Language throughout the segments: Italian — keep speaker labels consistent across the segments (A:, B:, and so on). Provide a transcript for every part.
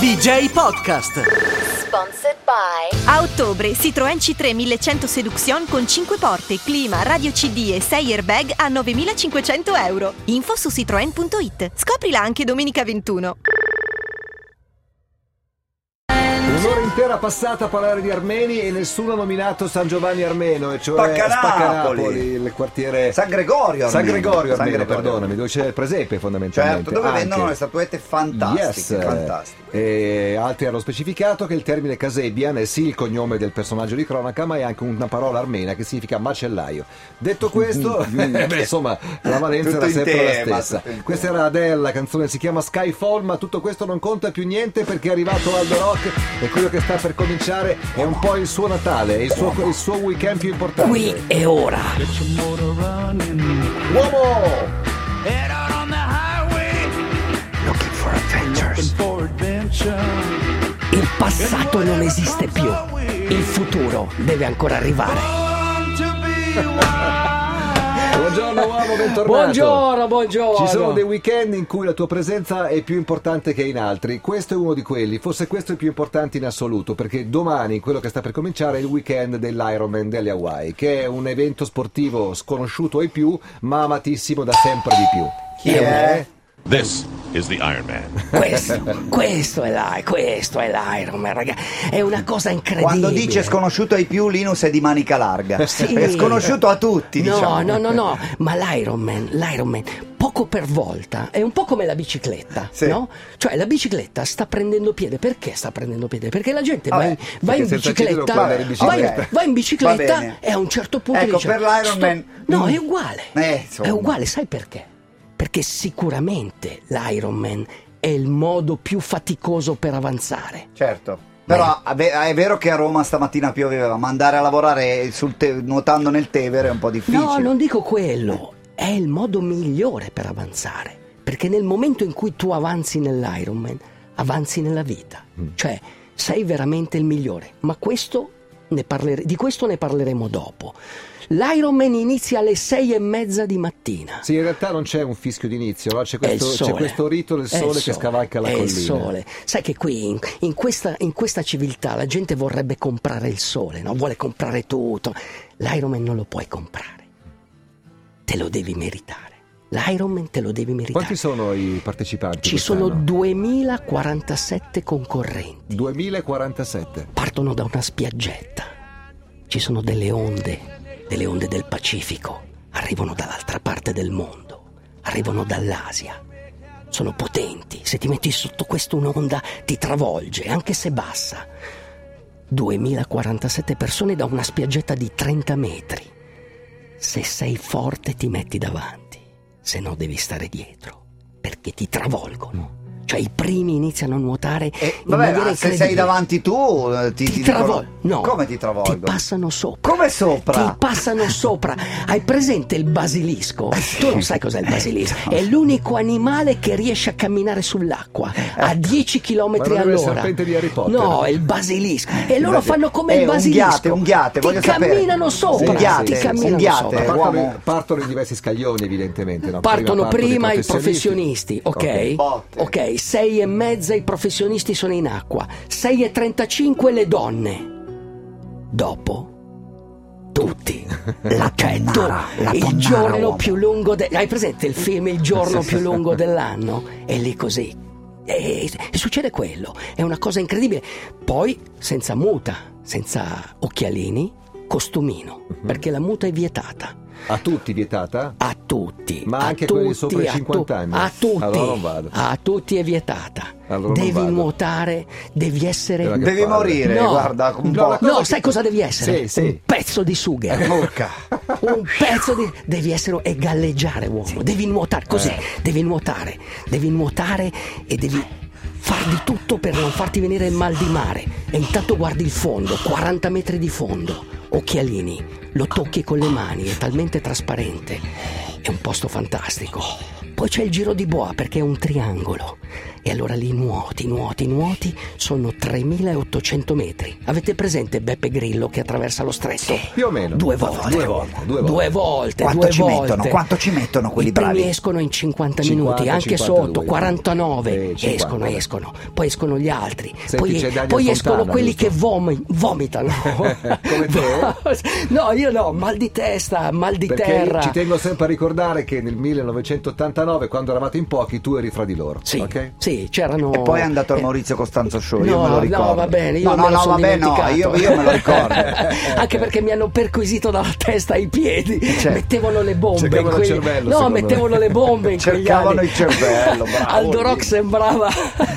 A: CJ Podcast.
B: Sponsored by
C: A ottobre Citroen C3 1100 Seduction con 5 porte, clima, radio CD e 6 airbag a 9.500 euro. Info su citroen.it. Scoprila anche domenica 21.
D: Un'ora intera passata a parlare di armeni e nessuno ha nominato San Giovanni Armeno, e cioè
E: Spaccanapoli.
D: Spaccanapoli, il quartiere
E: San Gregorio
D: San
E: Armeno.
D: Gregorio
E: San
D: Armeno,
E: Gregorio
D: perdonami, dove c'è il presepe fondamentalmente.
E: Certo, dove
D: Anche.
E: vendono le statuette fantastiche,
D: Yes.
E: fantastiche.
D: E altri hanno specificato che il termine Casebian è sì il cognome del personaggio di cronaca, ma è anche una parola armena che significa macellaio. Detto questo, beh, insomma, la valenza era
E: Tutto in
D: sempre
E: tema,
D: la stessa.
E: tutto in tema.
D: Questa era Adele, la canzone si chiama Skyfall, ma tutto questo non conta più niente perché è arrivato Aldo Rock e quello che sta per cominciare è un po' il suo Natale, il suo, il suo weekend più importante.
F: Qui e ora.
D: Uomo!
G: Head out on the highway,
F: Looking for adventures.
G: for adventure.
F: Il passato non esiste più. Il futuro deve ancora arrivare.
G: Born to be wild.
D: Buongiorno uomo, bentornato.
F: Buongiorno, buongiorno.
D: Ci sono dei weekend in cui la tua presenza è più importante che in altri. Questo è uno di quelli, forse questo è il più importante in assoluto, perché domani, quello che sta per cominciare, è il weekend dell'Ironman delle Hawaii, che è un evento sportivo sconosciuto ai più, ma amatissimo da sempre di più. Eh?
E: Chi è?
H: This is the Iron Man.
F: Questo, questo è l'I- questo è l'Iron Man, raga. È una cosa incredibile.
E: Quando dice sconosciuto ai più, Linus è di manica larga.
F: Sì.
E: Perché È sconosciuto a tutti,
F: no,
E: diciamo.
F: No, no, no, ma l'Iron Man, l'Iron Man, poco per volta, è un po' come la bicicletta,
E: Sì.
F: no? Cioè la bicicletta sta prendendo piede, perché sta prendendo piede? Perché la gente va
E: Vabbè,
F: in, va in
D: perché senza piedi non
F: bicicletta,
D: può andare in
F: va, in,
E: bicicletta.
F: va in bicicletta
E: Va bene.
F: e a un certo punto
E: Ecco,
F: dice,
E: per l'Iron
F: "Sto-"
E: Man-
F: No,
E: Mm.
F: è uguale,
E: Eh, insomma.
F: è uguale, sai perché? Perché sicuramente l'Iron Man è il modo più faticoso per avanzare.
E: Certo. Però è ve- è vero che a Roma stamattina pioveva, ma andare a lavorare sul te- nuotando nel Tevere è un po' difficile.
F: No, non dico quello. È il modo migliore per avanzare. Perché nel momento in cui tu avanzi nell'Ironman, avanzi nella vita. Cioè, sei veramente il migliore. Ma questo ne parlere- di questo ne parleremo dopo. L'Ironman inizia alle sei e mezza di mattina.
D: Sì, in realtà non c'è un fischio d'inizio, no? c'è,
F: È il
D: questo, c'è
F: sole.
D: questo rito del
F: È il
D: sole che
F: sole.
D: scavalca la
F: È
D: collina.
F: il sole. Sai che qui, in, in questa, in questa civiltà, la gente vorrebbe comprare il sole, no? vuole comprare tutto. L'Ironman non lo puoi comprare. Te lo devi meritare. L'Ironman te lo devi meritare.
D: Quanti sono i partecipanti?
F: Ci sono
D: quest'anno?
F: 2047 concorrenti.
D: 2047.
F: Partono da una spiaggetta. Ci sono delle onde, delle onde del Pacifico. Arrivano dall'altra parte del mondo. Arrivano dall'Asia. Sono potenti. Se ti metti sotto questa un'onda ti travolge, anche se bassa. 2047 persone da una spiaggetta di 30 metri. Se sei forte ti metti davanti, se no devi stare dietro, perché ti travolgono. Cioè i primi iniziano a nuotare
E: E,
F: in
E: Eh, vabbè,
F: maniera
E: ma se
F: incredibile.
E: sei davanti tu eh, ti,
F: Ti,
E: ti
F: travol-
E: dicono-
F: no.
E: Come ti travolgo?
F: Ti passano sopra.
E: Come sopra?
F: Ti passano sopra. Hai presente il basilisco?
E: Eh,
F: Tu non sai cos'è il basilisco. È l'unico animale che riesce a camminare
E: Eh,
F: sull'acqua
E: ecco.
F: a 10 km
D: Ma non è il
F: all'ora.
D: serpente di Harry Potter.
F: No, è il basilisco. E loro
E: Basilisco.
F: fanno come
E: Eh,
F: il basilisco.
E: unghiate, unghiate,
F: Ti
E: voglio sapere.
F: camminano sopra.
E: Unghiate,
F: ti camminano
E: unghiate.
F: sopra.
E: Eh,
D: Partono,
E: uomo.
D: partono in diversi scaglioni, evidentemente. no?
F: Partono
D: partono
F: prima,
D: dei
F: i professionisti, ok?
E: Botte.
F: Ok, 6 e mezza i professionisti sono in acqua, 6 e 35 le donne. Dopo tutti la cioè, tu- il giorno più lungo de- hai presente il film il giorno più lungo dell'anno è lì così e, e succede quello è una cosa incredibile poi senza muta senza occhialini costumino perché la muta è vietata
D: A tutti eh? vietata?
F: a tutti.
D: Ma
F: a
D: anche quelli
F: tutti,
D: sopra i
F: a tu-
D: 50 anni?
F: A tutti.
D: Allora non vado.
F: A tutti è vietata.
D: Allora non
F: devi
D: vado.
F: nuotare, devi essere...
D: Era che
E: Devi
D: palle.
E: morire,
F: No.
E: guarda, un
D: No,
E: po'. Eh,
D: la
F: No,
D: cosa
F: sai
D: che-
F: cosa devi essere?
D: Sì, sì.
F: Un pezzo di suga.
E: Porca.
F: Un pezzo di. Devi essere e galleggiare, uomo. Devi nuotare così. Devi nuotare. Devi nuotare e devi far di tutto per non farti venire il mal di mare. E intanto guardi il fondo, 40 metri di fondo, occhialini, lo tocchi con le mani, è talmente trasparente. È un posto fantastico. Poi c'è il giro di boa perché è un triangolo. E allora lì nuoti, nuoti, nuoti, sono 3800 metri. Avete presente Beppe Grillo che attraversa lo stretto?
D: Più o meno.
F: Due volte.
D: Due volte. Due volte.
F: Due volte,
E: Quanto
F: due
E: ci
F: volte.
E: mettono? Quanto ci mettono quelli
F: I primi
E: bravi?
F: escono in 50
D: 50,
F: minuti, anche
D: 52,
F: sotto, 49.
D: eh, 50.
F: Escono, escono. Poi escono gli altri.
D: Senti, c'è
F: poi
D: Daniel
F: poi escono
D: Fontana,
F: quelli
D: giusto?
F: che vom- vomitano.
D: Come te?
F: no, io no, mal di testa, mal di
D: Perché
F: terra.
D: ci tengo sempre a ricordare che nel 1989, quando eravate in pochi, tu eri fra di loro.
F: Sì,
D: ok?
F: sì, c'erano.
E: E poi è andato
F: eh,
E: Maurizio Costanzo Show, io
F: No,
E: me lo ricordo.
F: no, va bene, io
E: no,
F: me
E: no,
F: lo
E: no,
F: sono
E: va bene, no, io,
F: dimenticato.
E: io me lo ricordo.
F: Anche perché mi hanno perquisito dalla testa ai piedi,
E: Cioè,
F: mettevano le bombe. in
D: Cercavano il
F: quelli-
D: cervello,
F: no,
D: secondo me.
F: mettevano le bombe in quegli
E: Cercavano
F: anni.
E: il cervello, bravo,
F: Aldo
E: lì.
F: Rock sembrava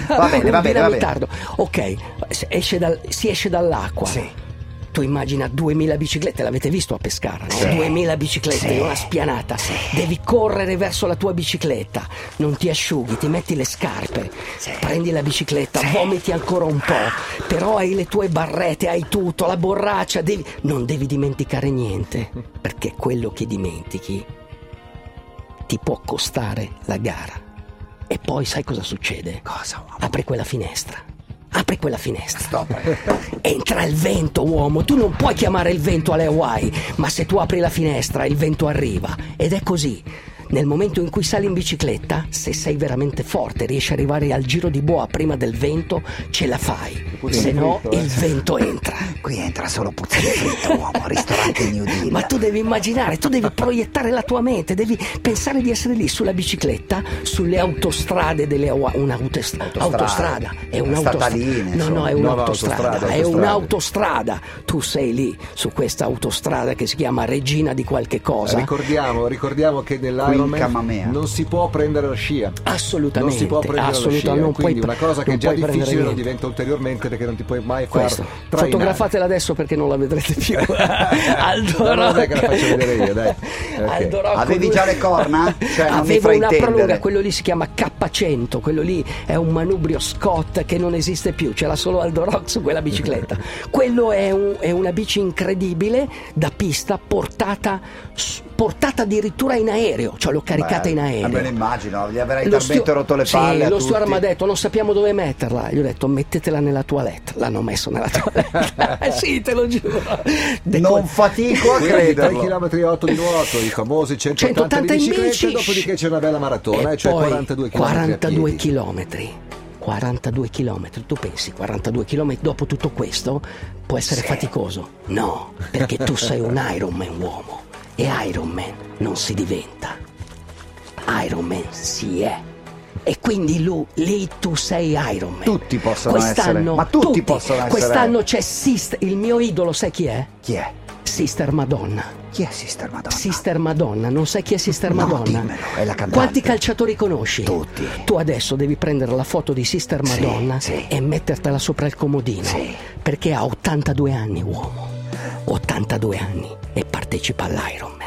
E: Va bene, va
F: un
E: bene, va bene.
F: dinamitardo. Ok, se esce dal- si esce dall'acqua. Tu immagina 2000 biciclette, l'avete visto a Pescara, no? 2000 biciclette in una spianata. Devi correre verso la tua bicicletta, non ti asciughi, ti metti le scarpe, prendi la bicicletta, vomiti ancora un po', però hai le tue barrette, hai tutto, la borraccia, devi- non devi dimenticare niente, perché quello che dimentichi ti può costare la gara. E poi sai cosa succede? Cosa, uomo? Apri quella finestra. Apri quella finestra. Entra il vento, uomo. Tu non puoi chiamare il vento alle Hawaii, ma se tu apri la finestra, il vento arriva. Ed è così. Nel momento in cui sali in bicicletta, se sei veramente forte, riesci ad arrivare al giro di boa prima del vento, ce la fai. Se no, il vento entra.
E: eh. Qui entra solo puzzini fritto, uomo, ristorante New Deal.
F: Ma tu devi immaginare, tu devi proiettare la tua mente, devi pensare di essere lì sulla bicicletta, sulle autostrade delle Hawa- un'autostrada, autostrada,
E: Stataline,
F: è un'autostrada. No, no,
E: insomma.
F: è
D: No, no,
F: un'autostrada,
D: autostrada,
F: è
D: autostrade.
F: un'autostrada. Tu sei lì su questa autostrada che si chiama Regina di qualche cosa.
D: Ricordiamo, ricordiamo che
E: Quinca
D: nell'Ironman
E: Mamea.
D: non si può prendere la scia.
F: Assolutamente,
D: Non si può prendere
F: assolutamente,
D: la scia.
F: non puoi
D: Quindi una
F: pre-
D: cosa che è
F: non
D: già
F: puoi prendere
D: difficile lo
F: niente.
D: diventa ulteriormente perché non ti puoi mai far
F: Questo.
D: Ecco, trainare.
F: Fotografatela adesso perché non la vedrete più. Aldo
D: No, no,
F: Rock.
D: dai, che la faccio vedere io, dai. Ok.
F: Aldo Rock.
E: Avevi già le corna? Cioè, non mi
F: Avevo una
E: fraintendere.
F: prolunga, quello lì si chiama K100, quello lì è un manubrio Scott che non esiste più, c'era solo Aldo Rock su quella bicicletta. quello è, un- è una bici incredibile da pista portata, s- portata addirittura in aereo, cioè l'ho caricata in aereo.
E: Me lo immagino, gli avrei
F: Lo
E: talmente
F: stio-
E: rotto le
F: sì,
E: palle a
F: lo steward
E: tutti.
F: mi ha detto non sappiamo dove metterla. Gli ho detto mettetela nella toilette. L'hanno messo nella toilette. Eh sì, te lo giuro. De-
E: Non fatico a
D: Quindi 3
E: crederlo.
D: km 8 di nuoto, i famosi 180,
F: 180
D: di
F: in
D: bicicletta,
F: bici.
D: dopodiché c'è una bella maratona, eh, cioè
F: poi
D: 42 km.
F: 42 chilometri. 42 chilometri, tu pensi 42 chilometri dopo tutto questo può essere faticoso? No, perché tu sei un Ironman uomo e Ironman non si diventa, Ironman si è. E quindi lu- lì tu sei Ironman.
E: Tutti possono
F: Quest'anno,
E: essere, ma tutti possono essere.
F: Quest'anno c'è Sister, il mio idolo sai chi è?
E: Chi è?
F: Sister Madonna.
E: Chi è Sister Madonna?
F: Sister Madonna, non sai chi è Sister
E: No,
F: Madonna?
E: dimmelo, è la cantante.
F: Quanti calciatori conosci?
E: Tutti.
F: Tu adesso devi prendere la foto di Sister Madonna
E: sì.
F: e mettertela sopra il comodino.
E: Sì.
F: Perché ha 82 anni, uomo. 82 anni e partecipa all'Ironman.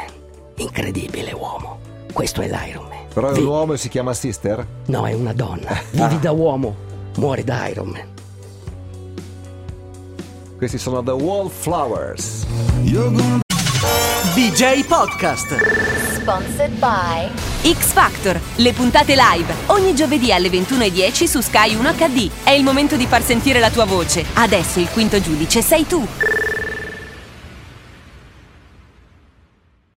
F: Incredibile, uomo. Questo è l'Ironman.
D: Però è
F: Vi-
D: un uomo e si chiama Sister?
F: No, è una donna. Vivi da uomo, muore da Ironman.
D: Questi sono The Wallflowers.
A: DJ Podcast.
B: Sponsored by
I: X Factor, le puntate live, ogni giovedì alle 21.10 su Sky 1 HD. È il momento di far sentire la tua voce. Adesso il quinto giudice sei tu.